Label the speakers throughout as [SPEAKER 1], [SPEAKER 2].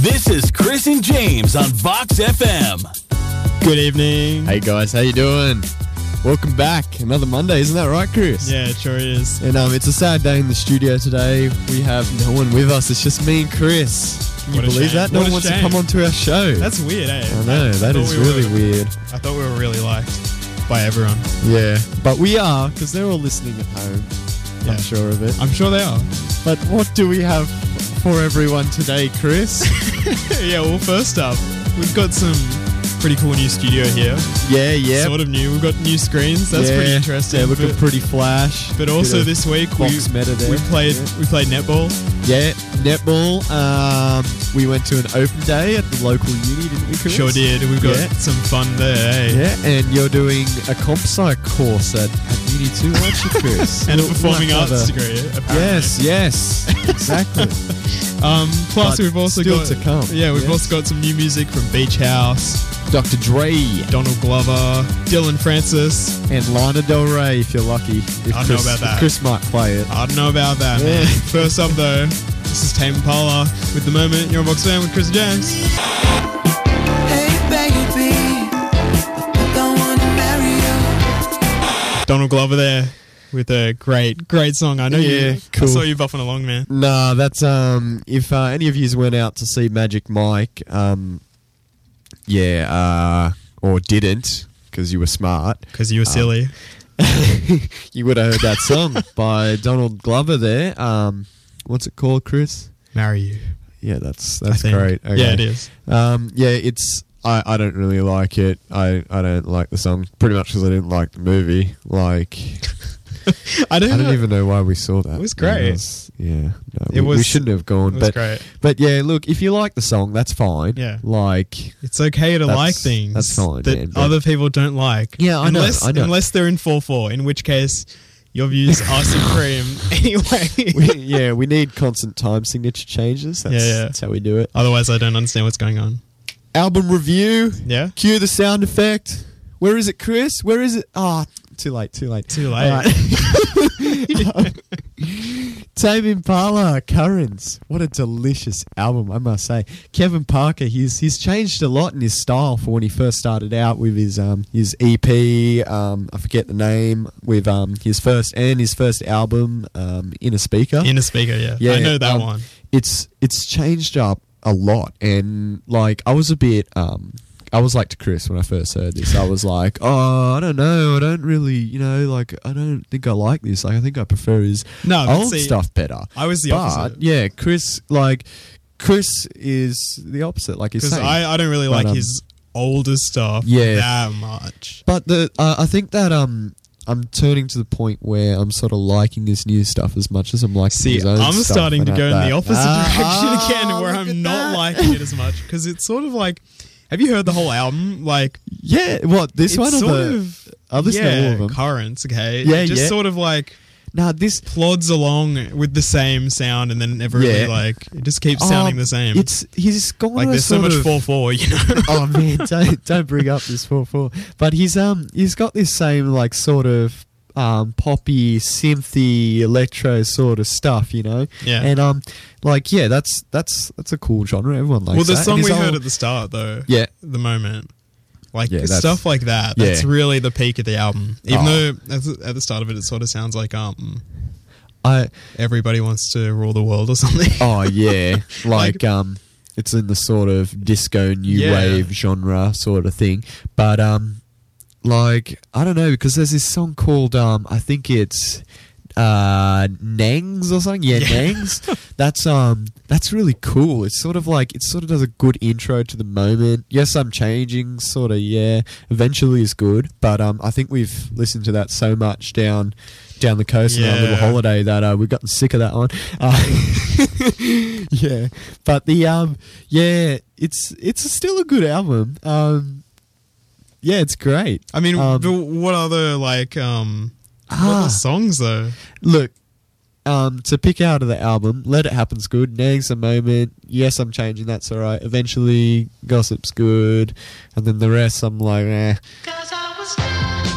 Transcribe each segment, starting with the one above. [SPEAKER 1] This is Chris and James on Vox FM.
[SPEAKER 2] Good evening.
[SPEAKER 3] Hey guys, how you doing? Welcome back. Another Monday, isn't that right, Chris?
[SPEAKER 2] Yeah, it sure is.
[SPEAKER 3] And um, it's a sad day in the studio today. We have no one with us. It's just me and Chris. Can you
[SPEAKER 2] What a
[SPEAKER 3] believe
[SPEAKER 2] shame.
[SPEAKER 3] that? No
[SPEAKER 2] What
[SPEAKER 3] one
[SPEAKER 2] a
[SPEAKER 3] wants to
[SPEAKER 2] shame.
[SPEAKER 3] come onto our show.
[SPEAKER 2] That's weird, eh?
[SPEAKER 3] I know that
[SPEAKER 2] thought
[SPEAKER 3] is
[SPEAKER 2] we
[SPEAKER 3] really
[SPEAKER 2] were-
[SPEAKER 3] weird.
[SPEAKER 2] I thought we were really liked by everyone.
[SPEAKER 3] Yeah, but we are because they're all listening at home.
[SPEAKER 2] Yeah.
[SPEAKER 3] I'm sure of it.
[SPEAKER 2] I'm sure they are.
[SPEAKER 3] But what do we have for everyone today, Chris?
[SPEAKER 2] yeah, well, first up, we've got some pretty cool new studio here.
[SPEAKER 3] yeah, yeah.
[SPEAKER 2] Sort of new. We've got new screens. That's pretty
[SPEAKER 3] Yeah,
[SPEAKER 2] interesting.
[SPEAKER 3] They're looking
[SPEAKER 2] but,
[SPEAKER 3] pretty flash.
[SPEAKER 2] but
[SPEAKER 3] Bit
[SPEAKER 2] also
[SPEAKER 3] of-
[SPEAKER 2] this week we
[SPEAKER 3] box meta there.
[SPEAKER 2] we played
[SPEAKER 3] Yeah.
[SPEAKER 2] we played netball.
[SPEAKER 3] Yeah, netball. Um, we went to an open day at the local uni, didn't we, Chris?
[SPEAKER 2] Sure did. We've got
[SPEAKER 3] Yeah.
[SPEAKER 2] some fun there. eh?
[SPEAKER 3] Yeah, and you're doing a comp psych course at, at uni too, aren't you, Chris?
[SPEAKER 2] And a
[SPEAKER 3] We'll-
[SPEAKER 2] performing
[SPEAKER 3] we'll have
[SPEAKER 2] arts
[SPEAKER 3] to have a-
[SPEAKER 2] degree. eh, Apparently.
[SPEAKER 3] Yes, yes, exactly.
[SPEAKER 2] Um, plus,
[SPEAKER 3] But
[SPEAKER 2] we've also
[SPEAKER 3] still
[SPEAKER 2] got
[SPEAKER 3] to come.
[SPEAKER 2] Yeah, we've
[SPEAKER 3] Yes.
[SPEAKER 2] also got some new music from Beach House,
[SPEAKER 3] Dr. Dre
[SPEAKER 2] Donald Glover, Dylan Francis.
[SPEAKER 3] and Lana Del Rey, if you're lucky. If
[SPEAKER 2] I don't know
[SPEAKER 3] Chris,
[SPEAKER 2] about
[SPEAKER 3] if
[SPEAKER 2] that.
[SPEAKER 3] Chris might play it.
[SPEAKER 2] I don't know about that. man.
[SPEAKER 3] Yeah.
[SPEAKER 2] First up, though, this is Tame Impala with the moment. You're on Box Fan with Chris and James.
[SPEAKER 4] Hey baby, I don't wanna marry you.
[SPEAKER 2] Donald Glover there with a great, great song. I know you.
[SPEAKER 3] Yeah,
[SPEAKER 2] I
[SPEAKER 3] cool.
[SPEAKER 2] saw you buffing along, man.
[SPEAKER 3] Nah, that's um. If uh, any of yous went out to see Magic Mike, um, yeah, uh, or didn't because you were smart,
[SPEAKER 2] Because you were silly.
[SPEAKER 3] you would have heard that song by Donald Glover. There, um, what's it called, Chris?
[SPEAKER 2] Marry you.
[SPEAKER 3] Yeah, that's
[SPEAKER 2] I
[SPEAKER 3] that's
[SPEAKER 2] think.
[SPEAKER 3] great. Okay.
[SPEAKER 2] Yeah, it is.
[SPEAKER 3] Um, yeah, it's I, I don't really like it. I, I don't like the song pretty much because I didn't like the movie. Like
[SPEAKER 2] I don't,
[SPEAKER 3] I don't
[SPEAKER 2] know.
[SPEAKER 3] even know why we saw that.
[SPEAKER 2] It was great.
[SPEAKER 3] It was- yeah, no,
[SPEAKER 2] It
[SPEAKER 3] we, we
[SPEAKER 2] was-
[SPEAKER 3] shouldn't have gone.
[SPEAKER 2] it was
[SPEAKER 3] but
[SPEAKER 2] great.
[SPEAKER 3] but yeah, look, if you like the song, that's fine.
[SPEAKER 2] Yeah.
[SPEAKER 3] like
[SPEAKER 2] It's okay to
[SPEAKER 3] That's-
[SPEAKER 2] like things
[SPEAKER 3] that's fine,
[SPEAKER 2] that
[SPEAKER 3] man, but-
[SPEAKER 2] other people don't like.
[SPEAKER 3] Yeah, I know,
[SPEAKER 2] unless,
[SPEAKER 3] I know.
[SPEAKER 2] Unless they're in 4 4, in which case your views are supreme anyway.
[SPEAKER 3] we, yeah, we need constant time signature changes. That's,
[SPEAKER 2] Yeah, yeah.
[SPEAKER 3] that's how we do it.
[SPEAKER 2] Otherwise, I don't understand what's going on.
[SPEAKER 3] Album review.
[SPEAKER 2] Yeah?
[SPEAKER 3] Cue the sound effect. Where is it, Chris? Where is it? Ah, too late. Too late.
[SPEAKER 2] Too late.
[SPEAKER 3] All Tame Impala, Currents. What a delicious album, I must say. Kevin Parker, he's he's changed a lot in his style for when he first started out with his um his EP, um I forget the name, with um his first and his first album, um Inner Speaker.
[SPEAKER 2] In a speaker, yeah.
[SPEAKER 3] Yeah,
[SPEAKER 2] I know that
[SPEAKER 3] um,
[SPEAKER 2] one.
[SPEAKER 3] It's it's changed up a lot, and like I was a bit um. I was like to Chris when I first heard this. I was like, "Oh, I don't know. I don't really, you know, like I don't think I like this. Like I think I prefer his
[SPEAKER 2] No, but
[SPEAKER 3] old
[SPEAKER 2] see,
[SPEAKER 3] stuff better."
[SPEAKER 2] I was the
[SPEAKER 3] but,
[SPEAKER 2] opposite.
[SPEAKER 3] Yeah, Chris, like Chris is the opposite. Like he's
[SPEAKER 2] Because
[SPEAKER 3] saying.
[SPEAKER 2] I, I don't really
[SPEAKER 3] But,
[SPEAKER 2] like
[SPEAKER 3] um,
[SPEAKER 2] his older stuff
[SPEAKER 3] Yeah.
[SPEAKER 2] that much.
[SPEAKER 3] But the uh, I think that um I'm turning to the point where I'm sort of liking this new stuff as much as I'm liking
[SPEAKER 2] See,
[SPEAKER 3] his own
[SPEAKER 2] I'm
[SPEAKER 3] stuff
[SPEAKER 2] starting
[SPEAKER 3] and
[SPEAKER 2] to
[SPEAKER 3] at
[SPEAKER 2] go in
[SPEAKER 3] that-
[SPEAKER 2] the opposite
[SPEAKER 3] Ah, ah,
[SPEAKER 2] direction again, where
[SPEAKER 3] look at
[SPEAKER 2] I'm not
[SPEAKER 3] that.
[SPEAKER 2] liking it as much. Because it's sort of like, have you heard the whole album? Like,
[SPEAKER 3] Yeah, what this
[SPEAKER 2] it's
[SPEAKER 3] one or
[SPEAKER 2] sort
[SPEAKER 3] the?
[SPEAKER 2] of
[SPEAKER 3] I've listened to
[SPEAKER 2] yeah,
[SPEAKER 3] all of them.
[SPEAKER 2] currents. Okay,
[SPEAKER 3] Yeah,
[SPEAKER 2] it just
[SPEAKER 3] yeah.
[SPEAKER 2] sort of like
[SPEAKER 3] Nah, this
[SPEAKER 2] plods along with the same sound, and then never really
[SPEAKER 3] Yeah.
[SPEAKER 2] like it just keeps sounding
[SPEAKER 3] um,
[SPEAKER 2] the same.
[SPEAKER 3] It's he's gone
[SPEAKER 2] like
[SPEAKER 3] to a
[SPEAKER 2] there's so
[SPEAKER 3] sort
[SPEAKER 2] much
[SPEAKER 3] of-
[SPEAKER 2] four four, you know.
[SPEAKER 3] oh man, don't don't bring up this four four. But he's um he's got this same like sort of um poppy, synthy, electro sort of stuff, you know.
[SPEAKER 2] Yeah.
[SPEAKER 3] And um like yeah, that's that's that's a cool genre. Everyone likes.
[SPEAKER 2] well, the
[SPEAKER 3] that.
[SPEAKER 2] song
[SPEAKER 3] And
[SPEAKER 2] we
[SPEAKER 3] his
[SPEAKER 2] heard
[SPEAKER 3] old-
[SPEAKER 2] at the start though,
[SPEAKER 3] yeah.
[SPEAKER 2] the moment. Like
[SPEAKER 3] Yeah, that's-
[SPEAKER 2] stuff like that.
[SPEAKER 3] yeah.
[SPEAKER 2] That's really the peak of the album. Even
[SPEAKER 3] Oh.
[SPEAKER 2] though at the, at the start of it, it sort of sounds like um,
[SPEAKER 3] I
[SPEAKER 2] everybody wants to rule the world or something.
[SPEAKER 3] oh yeah,
[SPEAKER 2] Like-
[SPEAKER 3] like, um. It's in the sort of disco new
[SPEAKER 2] Yeah.
[SPEAKER 3] wave genre sort of thing, but um, like I don't know because there's this song called um, I think it's uh Nangs or something. Yeah,
[SPEAKER 2] Yeah.
[SPEAKER 3] Nangs. That's um, that's really cool. It's sort of like it sort of does a good intro to the moment. Yes, I'm changing. Sort of yeah. Eventually is good, but um, I think we've listened to that so much down down the coast on our little
[SPEAKER 2] Yeah.
[SPEAKER 3] holiday that uh, we've gotten sick of that one. Uh, yeah, but the um, yeah, it's it's still a good album. Um, yeah, it's great.
[SPEAKER 2] I mean,
[SPEAKER 3] Um,
[SPEAKER 2] but what other like um, what
[SPEAKER 3] Ah.
[SPEAKER 2] other songs though?
[SPEAKER 3] Look, um, to pick out of the album, Let It Happen's good. Nags a moment. Yes, I'm changing. That's all right. Eventually, Gossip's good, and then the rest, I'm like, eh.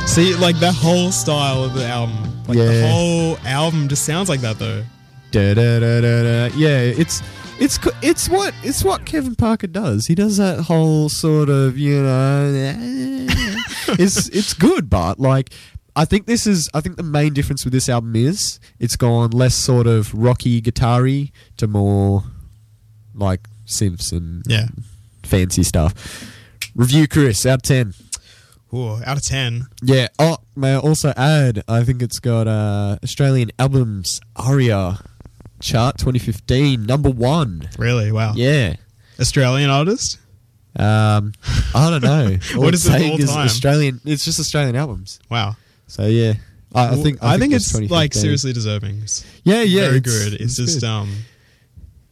[SPEAKER 2] See, like that whole style of the album, like the
[SPEAKER 3] Yeah.
[SPEAKER 2] whole album just sounds like that though.
[SPEAKER 3] Da, da, da, da, da. Yeah, it's It's co- it's what it's what Kevin Parker does. He does that whole sort of you know. it's it's good, but like I think this is I think the main difference with this album is it's gone less sort of rocky guitar-y to more like synths and
[SPEAKER 2] Yeah.
[SPEAKER 3] fancy stuff. Review Chris out of ten.
[SPEAKER 2] Ooh, out of 10.
[SPEAKER 3] Yeah. Oh, may I also add? I think it's got uh, Australian albums ARIA chart 2015 number one.
[SPEAKER 2] Really? Wow.
[SPEAKER 3] Yeah.
[SPEAKER 2] Australian artist?
[SPEAKER 3] Um, I don't know.
[SPEAKER 2] What
[SPEAKER 3] I'm
[SPEAKER 2] is it
[SPEAKER 3] saying
[SPEAKER 2] all time?
[SPEAKER 3] Australian. It's just Australian albums.
[SPEAKER 2] Wow.
[SPEAKER 3] So yeah, I, I think
[SPEAKER 2] I think
[SPEAKER 3] that's
[SPEAKER 2] it's like
[SPEAKER 3] 2015.
[SPEAKER 2] seriously deserving. It's
[SPEAKER 3] Yeah, yeah,
[SPEAKER 2] very
[SPEAKER 3] it's-
[SPEAKER 2] good. It's,
[SPEAKER 3] it's
[SPEAKER 2] just
[SPEAKER 3] good.
[SPEAKER 2] um,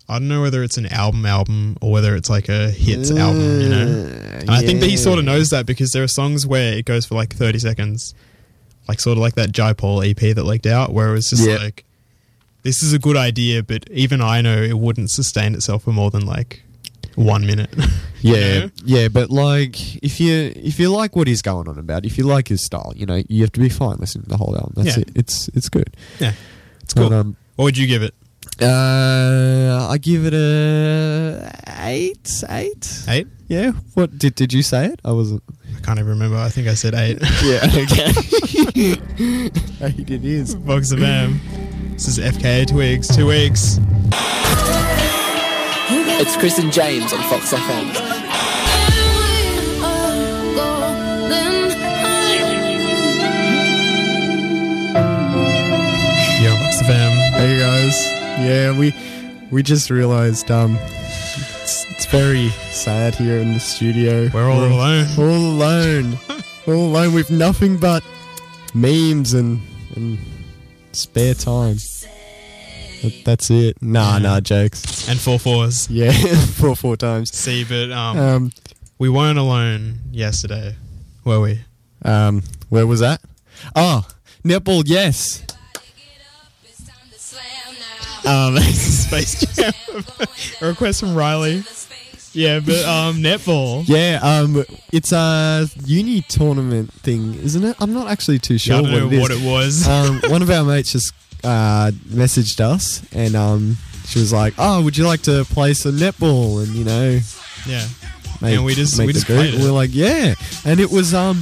[SPEAKER 2] I don't know whether it's an album album or whether it's like a
[SPEAKER 3] Uh,
[SPEAKER 2] hits album. You know, and I think that he sort of knows that because there are songs where it goes for like thirty seconds, like sort of like that Jaipal EP that leaked out, where it was just
[SPEAKER 3] Yep.
[SPEAKER 2] like, this is a good idea, but even I know it wouldn't sustain itself for more than like one minute. you
[SPEAKER 3] Yeah,
[SPEAKER 2] know?
[SPEAKER 3] yeah, but like if you if you like what he's going on about, if you like his style, you know, you have to be fine listening to the whole album. That's
[SPEAKER 2] Yeah.
[SPEAKER 3] it. It's it's good.
[SPEAKER 2] yeah, it's cool.
[SPEAKER 3] But, um,
[SPEAKER 2] what would you give it?
[SPEAKER 3] uh, I give it a eight, eight.
[SPEAKER 2] Eight?
[SPEAKER 3] Yeah. What did did you say it? I wasn't.
[SPEAKER 2] I can't even remember. I think I said eight.
[SPEAKER 3] Yeah. Okay. eight it is.
[SPEAKER 2] Box of M. This is FKA Twigs. Two weeks.
[SPEAKER 5] It's Chris and James on Fox FM.
[SPEAKER 2] Yo, Box of M.
[SPEAKER 3] Hey guys. Yeah, we we just realized um it's, it's very sad here in the studio.
[SPEAKER 2] We're all alone.
[SPEAKER 3] all alone. all alone with nothing but memes and and spare time. That- that's it. Nah, nah, jokes.
[SPEAKER 2] And four fours.
[SPEAKER 3] Yeah, four four times.
[SPEAKER 2] See, but um,
[SPEAKER 3] Um
[SPEAKER 2] we weren't alone yesterday, were we?
[SPEAKER 3] um where was that? Oh, netball, yes. Um
[SPEAKER 2] Space Jam. A request from Riley. Yeah, but um, netball.
[SPEAKER 3] Yeah, um, it's a uni tournament thing, isn't it? I'm not actually too sure
[SPEAKER 2] I don't know
[SPEAKER 3] what it is.
[SPEAKER 2] what it was.
[SPEAKER 3] um, one of our mates just uh, messaged us, and um, she was like, "Oh, would you like to play some netball?" And you know,
[SPEAKER 2] yeah.
[SPEAKER 3] make,
[SPEAKER 2] And we just-
[SPEAKER 3] make
[SPEAKER 2] we
[SPEAKER 3] the
[SPEAKER 2] just
[SPEAKER 3] group.
[SPEAKER 2] played it.
[SPEAKER 3] We're like, "Yeah," and it was um,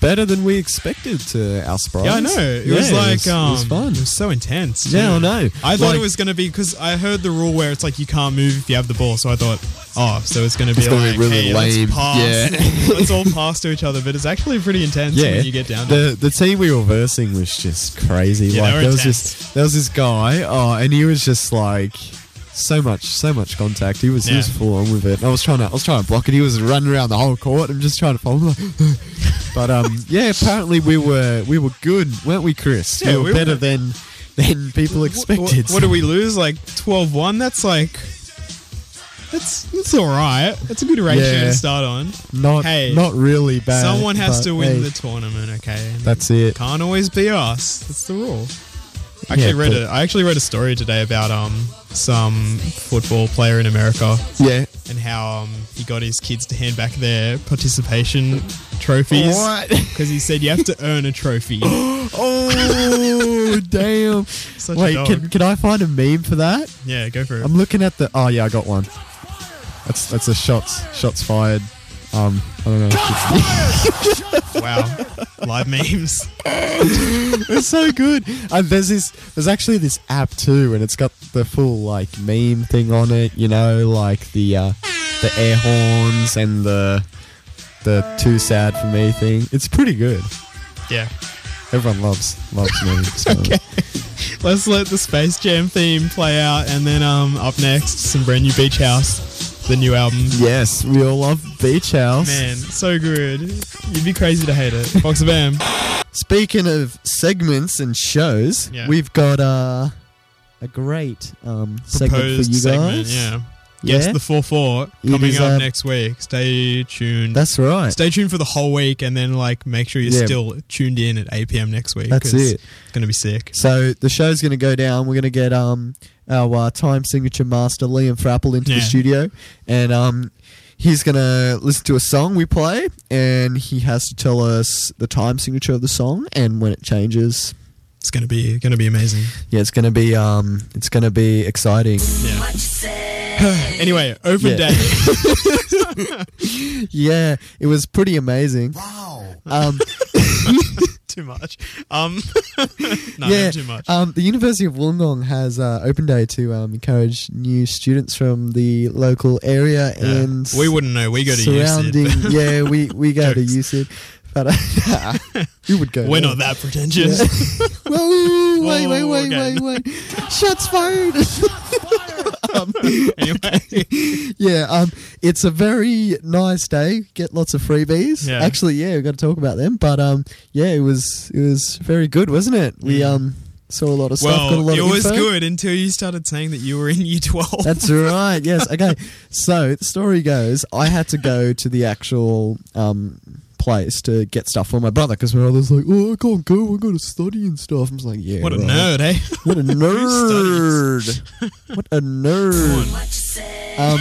[SPEAKER 3] better than we expected to our surprise.
[SPEAKER 2] Yeah, I know. It
[SPEAKER 3] Yeah,
[SPEAKER 2] was like um,
[SPEAKER 3] it was fun.
[SPEAKER 2] so intense. too.
[SPEAKER 3] Yeah, I know.
[SPEAKER 2] I thought
[SPEAKER 3] Like-
[SPEAKER 2] it was gonna be because I heard the rule where it's like you can't move if you have the ball. So I thought, oh, so it's gonna be
[SPEAKER 3] It's gonna
[SPEAKER 2] like,
[SPEAKER 3] be really
[SPEAKER 2] hey,
[SPEAKER 3] lame.
[SPEAKER 2] let's pass.
[SPEAKER 3] Yeah.
[SPEAKER 2] let's all pass to each other. But it's actually pretty intense
[SPEAKER 3] yeah,
[SPEAKER 2] when you get down. to it.
[SPEAKER 3] the the team we were versing was just crazy.
[SPEAKER 2] Yeah, they
[SPEAKER 3] like
[SPEAKER 2] were
[SPEAKER 3] there was
[SPEAKER 2] intense.
[SPEAKER 3] just there was this guy, oh, and he was just like so much, so much contact. He was he was
[SPEAKER 2] Yeah.
[SPEAKER 3] full on with it. And I was trying to I was trying to block it. He was running around the whole court. I'm just trying to follow. him. but um, yeah, apparently we were we were good, weren't we, Chris?
[SPEAKER 2] Yeah,
[SPEAKER 3] we were
[SPEAKER 2] we
[SPEAKER 3] better
[SPEAKER 2] were-
[SPEAKER 3] than than people
[SPEAKER 2] Wh- wh-
[SPEAKER 3] expected.
[SPEAKER 2] What, do we lose? Like 12-1? That's like that's that's all right. That's a good ratio
[SPEAKER 3] Yeah.
[SPEAKER 2] to start on.
[SPEAKER 3] not
[SPEAKER 2] Hey,
[SPEAKER 3] not really bad.
[SPEAKER 2] Someone has
[SPEAKER 3] but,
[SPEAKER 2] to win
[SPEAKER 3] hey,
[SPEAKER 2] the tournament. Okay,
[SPEAKER 3] That's it.
[SPEAKER 2] Can't always be us. That's the rule. I actually
[SPEAKER 3] Yeah,
[SPEAKER 2] read
[SPEAKER 3] but-
[SPEAKER 2] a, I actually read a story today about um some football player in America
[SPEAKER 3] Yeah.
[SPEAKER 2] and how um, he got his kids to hand back their participation trophies because he said you have to earn a trophy.
[SPEAKER 3] Oh damn!
[SPEAKER 2] Such a
[SPEAKER 3] Wait,
[SPEAKER 2] dog.
[SPEAKER 3] can, can I find a meme for that?
[SPEAKER 2] yeah, go for it.
[SPEAKER 3] I'm looking at the. Oh yeah, I got one. That's that's a shots shots fired. Um, I don't know. It's-
[SPEAKER 2] wow, live memes.
[SPEAKER 3] It's so good. Uh, there's this. There's actually this app too, and it's got the full like meme thing on it. You know, like the uh, the air horns and the the too sad for me thing. It's pretty good.
[SPEAKER 2] Yeah,
[SPEAKER 3] Everyone loves loves memes. okay.
[SPEAKER 2] let's let the Space Jam theme play out, and then um up next some brand new Beach House, the new album.
[SPEAKER 3] Yes, we all love Beach House.
[SPEAKER 2] Man, so good. You'd be crazy to hate it. Fox of M.
[SPEAKER 3] Speaking of segments and shows,
[SPEAKER 2] Yeah.
[SPEAKER 3] we've got uh, a great um, segment for
[SPEAKER 2] proposed
[SPEAKER 3] you guys.
[SPEAKER 2] segment. Yeah. Yes,
[SPEAKER 3] Yeah?
[SPEAKER 2] the four four
[SPEAKER 3] It
[SPEAKER 2] coming
[SPEAKER 3] is,
[SPEAKER 2] up
[SPEAKER 3] uh,
[SPEAKER 2] next week. Stay tuned.
[SPEAKER 3] That's right.
[SPEAKER 2] Stay tuned for the whole week, and then like make sure you're
[SPEAKER 3] Yeah.
[SPEAKER 2] still tuned in at 8 p.m. next week.
[SPEAKER 3] That's
[SPEAKER 2] 'cause
[SPEAKER 3] it.
[SPEAKER 2] It's gonna be sick.
[SPEAKER 3] so the show's going to go down. We're going to get um, our uh, time signature master Liam Frapple into the
[SPEAKER 2] Yeah.
[SPEAKER 3] studio, and um, he's going to listen to a song we play, and he has to tell us the time signature of the song and when it changes.
[SPEAKER 2] It's gonna be gonna be amazing.
[SPEAKER 3] Yeah, it's gonna be um, it's gonna be exciting.
[SPEAKER 2] Yeah. anyway, open
[SPEAKER 3] Yeah.
[SPEAKER 2] day.
[SPEAKER 3] Yeah, it was pretty amazing.
[SPEAKER 1] Wow.
[SPEAKER 3] Um,
[SPEAKER 2] too much. Um, no,
[SPEAKER 3] yeah,
[SPEAKER 2] too much.
[SPEAKER 3] Um, the University of Wollongong has uh, open day to um, encourage new students from the local area
[SPEAKER 2] Yeah.
[SPEAKER 3] and
[SPEAKER 2] we wouldn't know. We go to
[SPEAKER 3] surrounding.
[SPEAKER 2] UCID.
[SPEAKER 3] yeah, we we go to
[SPEAKER 2] Jokes.
[SPEAKER 3] UCID, but uh, you would go.
[SPEAKER 2] We're
[SPEAKER 3] there.
[SPEAKER 2] not that pretentious.
[SPEAKER 3] Well, ooh, wait,
[SPEAKER 2] Whoa,
[SPEAKER 3] wait, wait,
[SPEAKER 2] okay.
[SPEAKER 3] wait, wait. Shots fired. um,
[SPEAKER 2] anyway,
[SPEAKER 3] yeah, um, it's a very nice day. Get lots of freebies.
[SPEAKER 2] Yeah.
[SPEAKER 3] Actually, yeah, we've got to talk about them. But um, yeah, it was it was very good, wasn't it? We um saw a lot of stuff. got a
[SPEAKER 2] Mm. well,
[SPEAKER 3] lot
[SPEAKER 2] it
[SPEAKER 3] of
[SPEAKER 2] was
[SPEAKER 3] info.
[SPEAKER 2] good until you started saying that you were in Year Twelve.
[SPEAKER 3] That's right. Yes. Okay. So the story goes, I had to go to the actual um, place to get stuff for my brother because my brother's like, "Oh, I can't go. I got to study and stuff." I'm just like, "Yeah,
[SPEAKER 2] what a
[SPEAKER 3] right.
[SPEAKER 2] nerd, eh?
[SPEAKER 3] What a
[SPEAKER 2] Who
[SPEAKER 3] nerd! what a nerd! Um,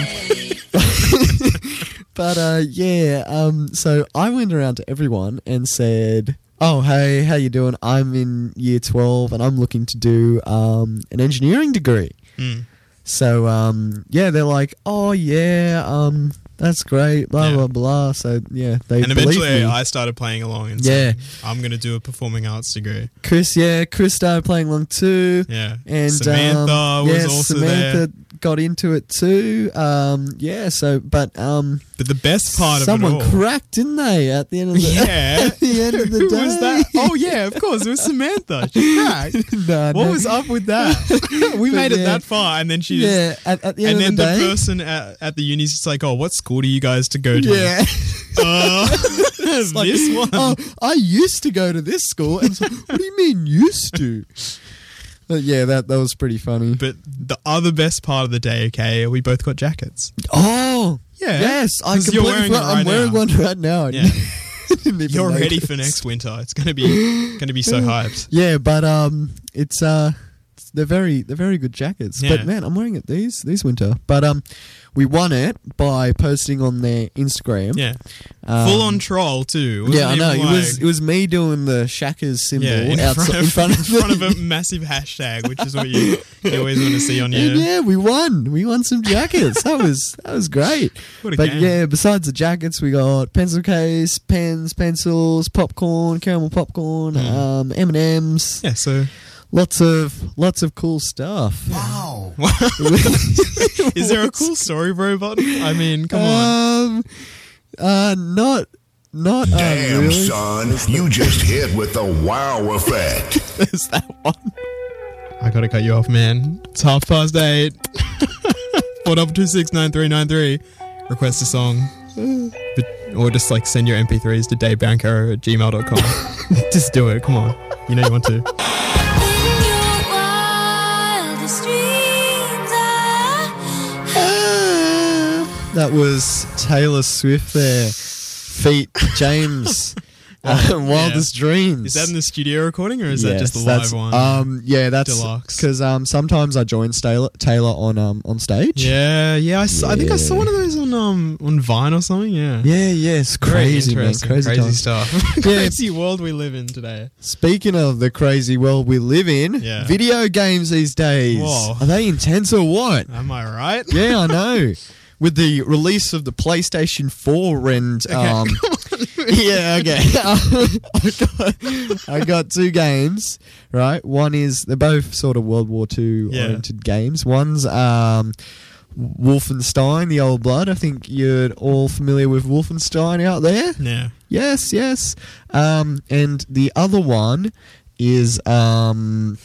[SPEAKER 3] but uh, yeah, um, so I went around to everyone and said, "Oh, hey, how you doing? I'm in year twelve, and I'm looking to do um, an engineering degree."
[SPEAKER 2] Hmm.
[SPEAKER 3] So um, yeah, they're like, "Oh yeah, um, that's great." Blah
[SPEAKER 2] Yeah.
[SPEAKER 3] blah blah. So yeah, they
[SPEAKER 2] And
[SPEAKER 3] believe
[SPEAKER 2] eventually,
[SPEAKER 3] me.
[SPEAKER 2] I started playing along and
[SPEAKER 3] Yeah.
[SPEAKER 2] saying, "I'm going to do a performing arts degree."
[SPEAKER 3] Chris, yeah, Chris started playing along too.
[SPEAKER 2] Yeah,
[SPEAKER 3] and
[SPEAKER 2] Samantha
[SPEAKER 3] um,
[SPEAKER 2] was
[SPEAKER 3] yeah,
[SPEAKER 2] also
[SPEAKER 3] Samantha
[SPEAKER 2] there.
[SPEAKER 3] got into it too. Um, yeah, so but um,
[SPEAKER 2] But the best part
[SPEAKER 3] someone
[SPEAKER 2] of it all,
[SPEAKER 3] cracked, didn't they? At the end of the
[SPEAKER 2] yeah,
[SPEAKER 3] at the end of the
[SPEAKER 2] who
[SPEAKER 3] day,
[SPEAKER 2] was that? Oh yeah, of course, it was Samantha. She cracked.
[SPEAKER 3] no,
[SPEAKER 2] What
[SPEAKER 3] no.
[SPEAKER 2] was up with that? we
[SPEAKER 3] But
[SPEAKER 2] made it
[SPEAKER 3] yeah.
[SPEAKER 2] that far, and then she just
[SPEAKER 3] Yeah, at, at the end
[SPEAKER 2] and then
[SPEAKER 3] of the
[SPEAKER 2] the,
[SPEAKER 3] day,
[SPEAKER 2] person at, at the uni's just like, oh, what school do you guys to go to?
[SPEAKER 3] yeah.
[SPEAKER 2] Uh, this one.
[SPEAKER 3] oh, I used to go to this school, and it's like, what do you mean used to? But yeah, that that was pretty funny.
[SPEAKER 2] But the other best part of the day, okay, we both got jackets.
[SPEAKER 3] oh,
[SPEAKER 2] Yeah.
[SPEAKER 3] yes, I
[SPEAKER 2] 'Cause you're
[SPEAKER 3] completely
[SPEAKER 2] wearing it
[SPEAKER 3] forgot- I'm
[SPEAKER 2] right
[SPEAKER 3] wearing
[SPEAKER 2] now.
[SPEAKER 3] one right now. I
[SPEAKER 2] Yeah.
[SPEAKER 3] didn't even
[SPEAKER 2] You're ready for
[SPEAKER 3] notice.
[SPEAKER 2] next winter. It's gonna be gonna be so hyped.
[SPEAKER 3] Yeah, but um, it's uh, it's- they're very they're very good jackets.
[SPEAKER 2] Yeah.
[SPEAKER 3] But man, I'm wearing it these these winter. But um, we won it by posting on their Instagram.
[SPEAKER 2] Yeah.
[SPEAKER 3] Um,
[SPEAKER 2] Full on troll too.
[SPEAKER 3] Yeah, I
[SPEAKER 2] Wasn't
[SPEAKER 3] know.
[SPEAKER 2] even
[SPEAKER 3] It was
[SPEAKER 2] like-
[SPEAKER 3] it was me doing the Shaka's symbol
[SPEAKER 2] yeah, in front,
[SPEAKER 3] outside
[SPEAKER 2] of, in front of,
[SPEAKER 3] the-
[SPEAKER 2] a massive hashtag, which is what you, you always want to see on your
[SPEAKER 3] And yeah, we won. We won some jackets. that was that was great.
[SPEAKER 2] What a
[SPEAKER 3] but
[SPEAKER 2] game.
[SPEAKER 3] yeah, besides the jackets, we got pencil case, pens, pencils, popcorn, caramel popcorn, um, M and M's,
[SPEAKER 2] Mm. Yeah, so
[SPEAKER 3] lots of lots of cool stuff.
[SPEAKER 2] is there a cool story bro button? I mean, come on.
[SPEAKER 3] Um, uh, not, not uh,
[SPEAKER 6] Damn,
[SPEAKER 3] really.
[SPEAKER 6] son, you just hit with the wow effect.
[SPEAKER 3] There's that one.
[SPEAKER 2] I gotta cut you off, man. It's half past eight. Four double two six nine three nine three. Request a song. But, or just like send your MP3s to davebanker at gmail.com. just do it, come on. You know you want to.
[SPEAKER 3] That was Taylor Swift there. Feet James. uh, Wildest Dreams.
[SPEAKER 2] Is that in the studio recording or is that just the
[SPEAKER 3] Yes,
[SPEAKER 2] live
[SPEAKER 3] that's-
[SPEAKER 2] one?
[SPEAKER 3] Um, yeah, that's
[SPEAKER 2] Deluxe.
[SPEAKER 3] because um, sometimes I join Taylor, Taylor on um on stage.
[SPEAKER 2] yeah, yeah, I, saw, I think I saw
[SPEAKER 3] Yeah.
[SPEAKER 2] one of those on um on Vine or something, yeah.
[SPEAKER 3] yeah, yeah. It's
[SPEAKER 2] Very
[SPEAKER 3] crazy, man.
[SPEAKER 2] interesting,
[SPEAKER 3] Crazy, times.
[SPEAKER 2] stuff.
[SPEAKER 3] Yeah.
[SPEAKER 2] crazy world we live in today.
[SPEAKER 3] Speaking of the crazy world we live in,
[SPEAKER 2] Yeah.
[SPEAKER 3] video games these days
[SPEAKER 2] Whoa.
[SPEAKER 3] are they intense or what?
[SPEAKER 2] Am I right?
[SPEAKER 3] Yeah, I know. With the release of the PlayStation 4 and um, yeah, okay. I, got, I got two games, right? One is they're both sort of World War II
[SPEAKER 2] Yeah.
[SPEAKER 3] oriented games. One's um, Wolfenstein: The Old Blood. I think you're all familiar with Wolfenstein out there.
[SPEAKER 2] Yeah.
[SPEAKER 3] Yes, yes. Um, and the other one is um,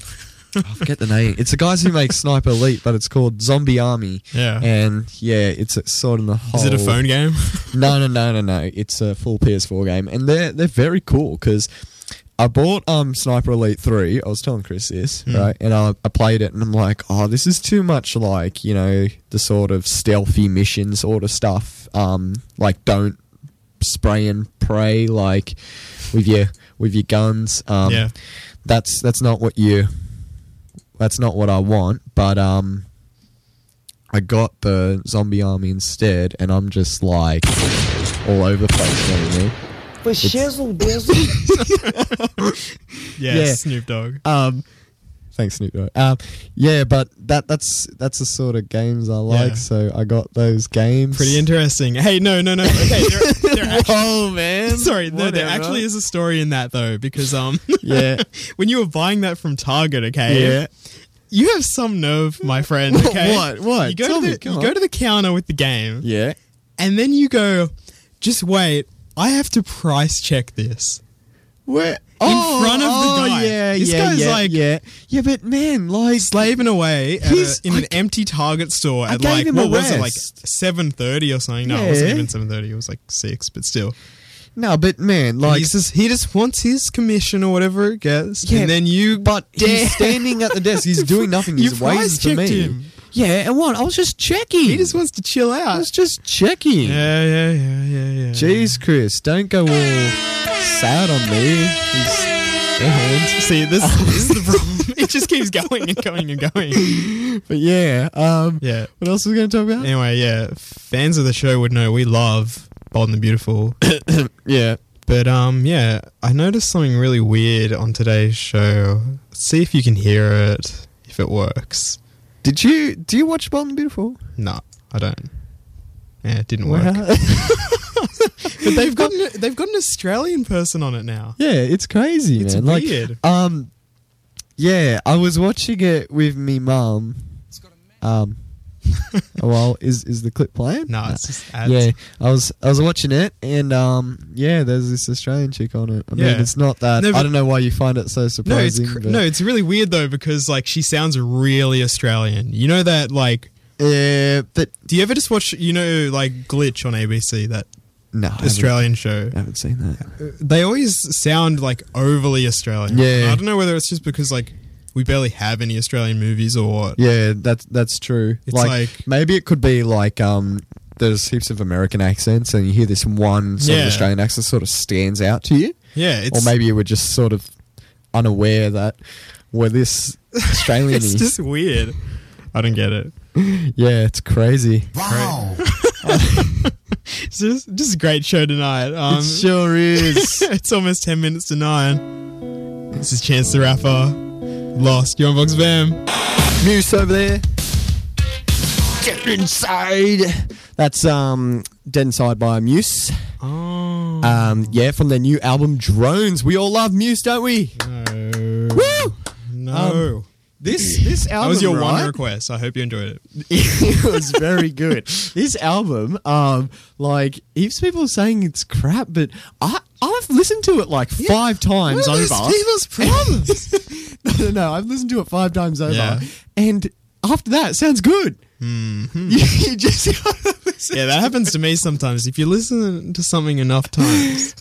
[SPEAKER 3] I forget the name. It's the guys who make Sniper Elite, but it's called Zombie Army.
[SPEAKER 2] Yeah.
[SPEAKER 3] And yeah, it's a sort of the whole.
[SPEAKER 2] Is it a phone game?
[SPEAKER 3] No, no, no, no, no. It's a full PS4 game, and they're they're very cool because. I bought um Sniper Elite 3. I was telling Chris this, right? And I, I played it and I'm like, oh, this is too much like, you know, the sort of stealthy mission sort of stuff. Um, like don't spray and pray like with your with your guns. Um
[SPEAKER 2] yeah.
[SPEAKER 3] that's that's not what you that's not what I want, but um I got the zombie army instead and I'm just like all over the place, you know what I mean?
[SPEAKER 7] For shizzle dizzle.
[SPEAKER 2] Yeah,
[SPEAKER 3] Yeah.
[SPEAKER 2] Snoop Dogg.
[SPEAKER 3] Um, thanks, Snoop Dogg. Um, yeah, but that that's that's the sort of games I like.
[SPEAKER 2] Yeah.
[SPEAKER 3] So I got those games.
[SPEAKER 2] Pretty interesting. Hey, no, no, no. Okay, there, there actually,
[SPEAKER 3] Oh man!
[SPEAKER 2] sorry, no, there
[SPEAKER 3] Whatever.
[SPEAKER 2] actually is a story in that though, because um,
[SPEAKER 3] Yeah.
[SPEAKER 2] when you were buying that from Target, okay,
[SPEAKER 3] Yeah.
[SPEAKER 2] you have some nerve, my friend. Okay,
[SPEAKER 3] What? What?
[SPEAKER 2] You go
[SPEAKER 3] Tell
[SPEAKER 2] to
[SPEAKER 3] me,
[SPEAKER 2] the,
[SPEAKER 3] come
[SPEAKER 2] you
[SPEAKER 3] on.
[SPEAKER 2] go to the counter with the game,
[SPEAKER 3] Yeah.
[SPEAKER 2] and then you go, just wait. I have to price check this.
[SPEAKER 3] Where?
[SPEAKER 2] front of the
[SPEAKER 3] oh,
[SPEAKER 2] guy.
[SPEAKER 3] Yeah,
[SPEAKER 2] This
[SPEAKER 3] yeah,
[SPEAKER 2] guy's
[SPEAKER 3] yeah,
[SPEAKER 2] like-
[SPEAKER 3] yeah, yeah. But man, like,
[SPEAKER 2] Slaving away at a,
[SPEAKER 3] He's-
[SPEAKER 2] in an
[SPEAKER 3] I-
[SPEAKER 2] empty Target store
[SPEAKER 3] I
[SPEAKER 2] at
[SPEAKER 3] gave
[SPEAKER 2] like
[SPEAKER 3] him
[SPEAKER 2] what
[SPEAKER 3] a
[SPEAKER 2] was it like
[SPEAKER 3] rest.
[SPEAKER 2] seven thirty or something? No, it wasn't
[SPEAKER 3] Yeah.
[SPEAKER 2] even seven thirty. It was like six, but still.
[SPEAKER 3] no, but man,
[SPEAKER 2] Like
[SPEAKER 3] like,
[SPEAKER 2] just, he just wants his commission or whatever it gets,
[SPEAKER 3] Yeah,
[SPEAKER 2] and then you.
[SPEAKER 3] but he's standing at the desk. He's doing nothing.
[SPEAKER 2] You
[SPEAKER 3] He's waiting
[SPEAKER 2] price
[SPEAKER 3] for me.
[SPEAKER 2] checked him.
[SPEAKER 3] Yeah, and what? I was just checking.
[SPEAKER 2] he just wants to chill
[SPEAKER 3] I
[SPEAKER 2] out.
[SPEAKER 3] was just checking.
[SPEAKER 2] Yeah, yeah, yeah, yeah, yeah.
[SPEAKER 3] Jeez, Chris, don't go all sad on me. He's-
[SPEAKER 2] See, this, this is the problem. It just keeps going and going and going.
[SPEAKER 3] But yeah, um,
[SPEAKER 2] Yeah.
[SPEAKER 3] What else are we going to talk about?
[SPEAKER 2] Anyway, yeah, fans of the show would know we love Bold and the Beautiful.
[SPEAKER 3] Yeah.
[SPEAKER 2] but um, yeah, I noticed something really weird on today's show. See if you can hear it, if it works.
[SPEAKER 3] Did you do you watch Bold and Beautiful?
[SPEAKER 2] No, I don't. Yeah, it didn't work. But they've got an, they've got an Australian person on it now.
[SPEAKER 3] yeah, it's crazy,
[SPEAKER 2] It's
[SPEAKER 3] man.
[SPEAKER 2] weird.
[SPEAKER 3] Like, um, yeah, I was watching it with me mum. Um, oh, well, is is the clip playing?
[SPEAKER 2] No, it's just ads.
[SPEAKER 3] Yeah, I was I was watching it, and um, yeah, there's this Australian chick on it. I mean,
[SPEAKER 2] Yeah.
[SPEAKER 3] it's not that.
[SPEAKER 2] No, but-
[SPEAKER 3] I don't know why you find it so
[SPEAKER 2] No, it's
[SPEAKER 3] surprising.
[SPEAKER 2] cr-
[SPEAKER 3] but-
[SPEAKER 2] no, it's really weird though because like she sounds really Australian. You know that like.
[SPEAKER 3] yeah, but
[SPEAKER 2] Do you ever just watch you know like Glitch on ABC that
[SPEAKER 3] no, I haven't-
[SPEAKER 2] Australian show?
[SPEAKER 3] I haven't seen that.
[SPEAKER 2] They always sound like overly Australian.
[SPEAKER 3] Yeah.
[SPEAKER 2] I don't know whether it's just because like we barely have any Australian movies or what.
[SPEAKER 3] Yeah, that's that's true.
[SPEAKER 2] It's
[SPEAKER 3] like,
[SPEAKER 2] like-
[SPEAKER 3] maybe it could be like um there's heaps of American accents and you hear this one sort
[SPEAKER 2] Yeah.
[SPEAKER 3] of Australian accent sort of stands out to you.
[SPEAKER 2] Yeah,
[SPEAKER 3] or
[SPEAKER 2] it's
[SPEAKER 3] maybe you were just sort of unaware that we're this Australian
[SPEAKER 2] it's just weird. I don't get it.
[SPEAKER 3] Yeah, it's crazy.
[SPEAKER 6] Wow.
[SPEAKER 2] It's just just a great show tonight. Um,
[SPEAKER 3] it sure is.
[SPEAKER 2] it's almost 10 minutes to 9. This is Chance the Rapper. Lost. You're on Vox Bam.
[SPEAKER 3] Muse over there. Get inside. That's um Dead Inside by Muse.
[SPEAKER 2] Oh.
[SPEAKER 3] Um yeah, from their new album Drones. We all love Muse, don't we?
[SPEAKER 2] No.
[SPEAKER 3] Woo!
[SPEAKER 2] No.
[SPEAKER 3] This this album
[SPEAKER 2] Um, that was your one
[SPEAKER 3] right?
[SPEAKER 2] request. I hope you enjoyed it.
[SPEAKER 3] it was very good. this album, um, like heaps of people are saying it's crap, but I I've listened to it like five times over.
[SPEAKER 2] people's problems?
[SPEAKER 3] no, no, no, I've listened to it five times over,
[SPEAKER 2] Yeah.
[SPEAKER 3] and after that, it sounds good.
[SPEAKER 2] Mm-hmm.
[SPEAKER 3] You, just gotta listen.
[SPEAKER 2] yeah, that happens to me sometimes. If you listen to something enough times,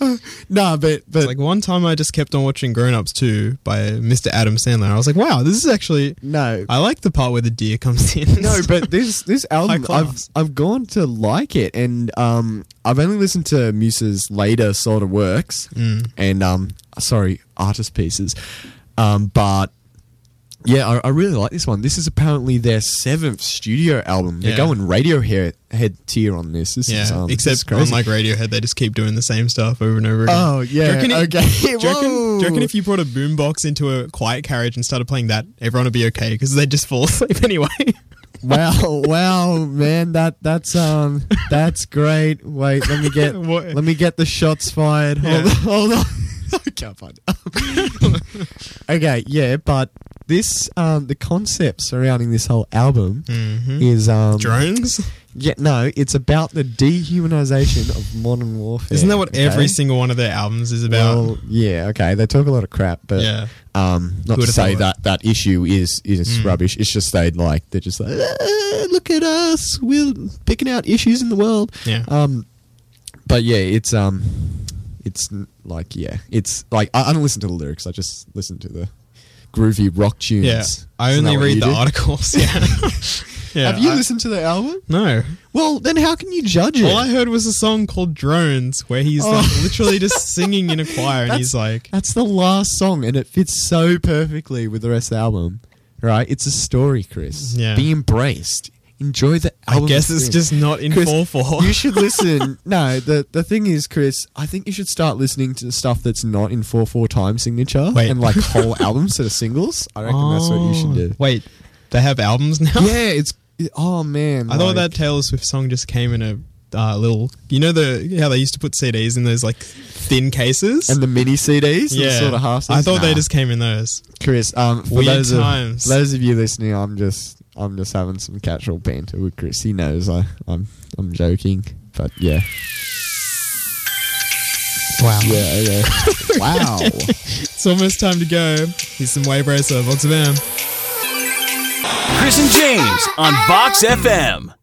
[SPEAKER 3] No, but but
[SPEAKER 2] like one time I just kept on watching Grown Ups 2 by Mr. Adam Sandler. I was like, wow, this is actually.
[SPEAKER 3] no,
[SPEAKER 2] I like the part where the deer comes in.
[SPEAKER 3] no, but this this album,
[SPEAKER 2] High
[SPEAKER 3] I've
[SPEAKER 2] class.
[SPEAKER 3] I've gone to like it, and um, I've only listened to Muse's later sort of works,
[SPEAKER 2] Mm.
[SPEAKER 3] and um, sorry, artist pieces, um, but. Yeah, I, I really like this one. This is apparently their seventh studio album. They're
[SPEAKER 2] Yeah.
[SPEAKER 3] going radio head, head tier on this. This is
[SPEAKER 2] Yeah,
[SPEAKER 3] um, this is
[SPEAKER 2] except
[SPEAKER 3] crazy.
[SPEAKER 2] unlike Radiohead, they just keep doing the same stuff over and over again.
[SPEAKER 3] Oh, yeah,
[SPEAKER 2] Do you reckon
[SPEAKER 3] okay.
[SPEAKER 2] do you reckon, do you reckon
[SPEAKER 3] Whoa.
[SPEAKER 2] if you brought a boombox into a quiet carriage and started playing that, everyone would be okay because they'd just fall asleep anyway.
[SPEAKER 3] wow, wow, man, that that's um, that's great. Wait, let me get
[SPEAKER 2] What-
[SPEAKER 3] let me get the shots fired. Hold
[SPEAKER 2] Yeah.
[SPEAKER 3] on, hold on. I can't find it. okay, yeah, but this um, the concept surrounding this whole album
[SPEAKER 2] Mm-hmm.
[SPEAKER 3] is um,
[SPEAKER 2] Drones?
[SPEAKER 3] yeah, no, it's about the dehumanization of modern warfare.
[SPEAKER 2] Isn't that what
[SPEAKER 3] okay?
[SPEAKER 2] every single one of their albums is about?
[SPEAKER 3] well, yeah, okay. They talk a lot of crap, but
[SPEAKER 2] Yeah.
[SPEAKER 3] um,
[SPEAKER 2] Who
[SPEAKER 3] not to
[SPEAKER 2] would've
[SPEAKER 3] say
[SPEAKER 2] thought? Hmm.
[SPEAKER 3] that that issue is is rubbish. It's just they like they're just like "Ah, look at us, we're picking out issues in the world.
[SPEAKER 2] Yeah.
[SPEAKER 3] Um, but yeah, it's um, it's n- like yeah, it's like I, I don't listen to the lyrics. I just listen to the groovy rock tunes.
[SPEAKER 2] yeah, I
[SPEAKER 3] Isn't that
[SPEAKER 2] only
[SPEAKER 3] what you
[SPEAKER 2] read the
[SPEAKER 3] do?
[SPEAKER 2] articles. Yeah, yeah.
[SPEAKER 3] Have you
[SPEAKER 2] I-
[SPEAKER 3] listened to the album?
[SPEAKER 2] No.
[SPEAKER 3] Well, then how can you judge it?
[SPEAKER 2] All I heard was a song called Drones, where he's like literally just singing in a choir, and
[SPEAKER 3] Oh. That's-
[SPEAKER 2] he's like,
[SPEAKER 3] That's the last song, and it fits so perfectly with the rest of the album, right? It's a story, Chris.
[SPEAKER 2] Yeah.
[SPEAKER 3] Be embraced. Enjoy the
[SPEAKER 2] I
[SPEAKER 3] album.
[SPEAKER 2] guess it's
[SPEAKER 3] experience.
[SPEAKER 2] just not in
[SPEAKER 3] Chris,
[SPEAKER 2] four four.
[SPEAKER 3] you should listen. No, the the thing is, Chris, I think you should start listening to the stuff that's not in four four time signature
[SPEAKER 2] Wait.
[SPEAKER 3] and like whole albums that are singles. I reckon that's what you should do.
[SPEAKER 2] Oh. Wait, they have albums now.
[SPEAKER 3] Yeah, it's it- oh man.
[SPEAKER 2] I thought
[SPEAKER 3] like-
[SPEAKER 2] that Taylor Swift song just came in a uh, little. You know the how they used to put CDs in those like thin cases.
[SPEAKER 3] and the mini CDs. Yeah,
[SPEAKER 2] yeah,
[SPEAKER 3] sort of half.
[SPEAKER 2] I thought
[SPEAKER 3] nah.
[SPEAKER 2] they just came in those.
[SPEAKER 3] Chris. Um, for
[SPEAKER 2] Weird
[SPEAKER 3] those of,
[SPEAKER 2] times.
[SPEAKER 3] for those of you listening, I'm just I'm just having some casual banter with Chris. He knows I I'm I'm joking, but yeah,
[SPEAKER 2] Wow.
[SPEAKER 3] yeah, okay. wow.
[SPEAKER 2] It's almost time to go. Here's some Wave Racer, Vox of M.
[SPEAKER 1] Chris and James on Vox FM.